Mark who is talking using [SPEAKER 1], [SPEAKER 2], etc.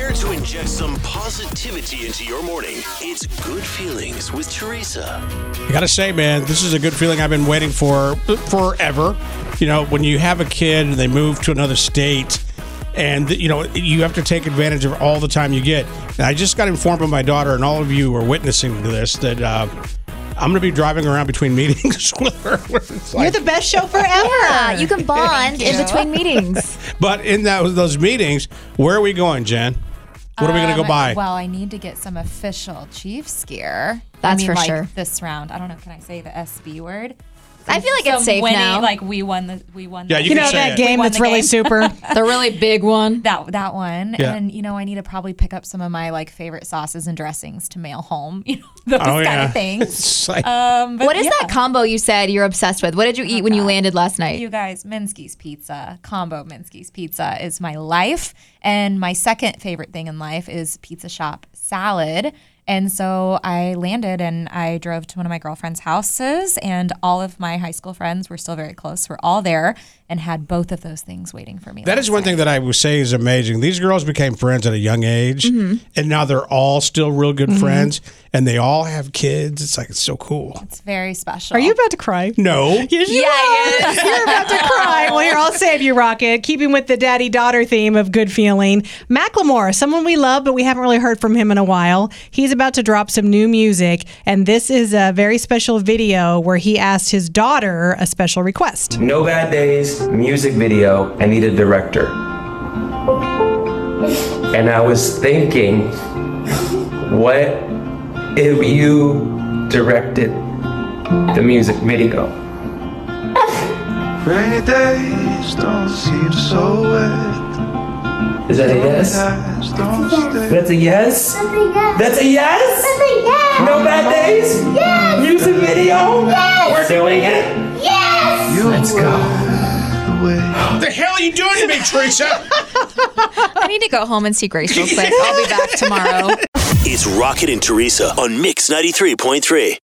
[SPEAKER 1] Inject some positivity into your morning. It's Good Feelings with Teresa.
[SPEAKER 2] I gotta say, man, this is a good feeling I've been waiting for forever. You know, when you have a kid and they move to another state, and you know you have to take advantage of all the time you get. And I just got informed by my daughter, and all of you are witnessing this that uh, I'm gonna be driving around between meetings with her. It's like-
[SPEAKER 3] You're the best chauffeur ever.
[SPEAKER 4] Yeah, you can bond in between meetings.
[SPEAKER 2] but in that, those meetings, where are we going, Jen? What are we gonna go
[SPEAKER 5] Um,
[SPEAKER 2] buy?
[SPEAKER 5] Well, I need to get some official Chiefs gear. I
[SPEAKER 4] That's
[SPEAKER 5] mean,
[SPEAKER 4] for
[SPEAKER 5] like,
[SPEAKER 4] sure.
[SPEAKER 5] This round, I don't know. Can I say the SB word?
[SPEAKER 4] I feel like it's
[SPEAKER 5] Some
[SPEAKER 4] safe
[SPEAKER 5] winning,
[SPEAKER 4] now.
[SPEAKER 5] Like we won the we won.
[SPEAKER 2] Yeah,
[SPEAKER 5] the-
[SPEAKER 2] you
[SPEAKER 3] You
[SPEAKER 2] can
[SPEAKER 3] know
[SPEAKER 2] say
[SPEAKER 3] that
[SPEAKER 2] it.
[SPEAKER 5] We
[SPEAKER 3] game
[SPEAKER 5] won
[SPEAKER 3] that's
[SPEAKER 5] the
[SPEAKER 3] really
[SPEAKER 5] game.
[SPEAKER 3] super?
[SPEAKER 4] the really big one.
[SPEAKER 5] That that one,
[SPEAKER 2] Yeah.
[SPEAKER 5] and you know, I need to probably pick up some of my like favorite sauces and dressings to mail home. You know, those
[SPEAKER 2] Oh,
[SPEAKER 5] kind
[SPEAKER 2] yeah.
[SPEAKER 5] of things.
[SPEAKER 2] It's like-
[SPEAKER 5] Um, but
[SPEAKER 4] What is
[SPEAKER 5] yeah. Oh
[SPEAKER 4] that combo you said you're obsessed with? What did you eat when you landed last night?
[SPEAKER 5] You guys, Minsky's Pizza, combo Minsky's Pizza is my life. And my second favorite thing in life is pizza shop salad. And so I landed and I drove to one of my girlfriend's houses, and all of my high school friends were still very close. We're all there and had both of those things waiting for me.
[SPEAKER 2] That is one thing that I would say is amazing. These girls became friends at a young age, and now they're all still real good friends, and they all have kids. It's like it's so cool.
[SPEAKER 5] It's very special.
[SPEAKER 3] Are you about to cry?
[SPEAKER 2] No,
[SPEAKER 3] Yes, you
[SPEAKER 4] Yeah,
[SPEAKER 3] are. You're about to cry. Well, here, I'll save you, Rocket. Keeping with the daddy daughter theme of good feeling. Macklemore, someone we love, but we haven't really heard from him in a while. He's about to drop some new music, and this is a very special video where he asked his daughter a special request.
[SPEAKER 6] No Bad Days music video. I need a director. And I was thinking, what if you directed the music video?
[SPEAKER 7] Rainy days don't seem so wet.
[SPEAKER 6] Is that a yes?
[SPEAKER 7] Eyes don't stay.
[SPEAKER 6] That's a yes? That's a yes? No Bad Days? Music video? We're doing it?
[SPEAKER 7] Let's go.
[SPEAKER 2] what the hell are you doing to me, Teresa?
[SPEAKER 4] I need to go home and see Grace real quick. I'll be back tomorrow.
[SPEAKER 1] It's Rocket and Teresa on Mix 93.3.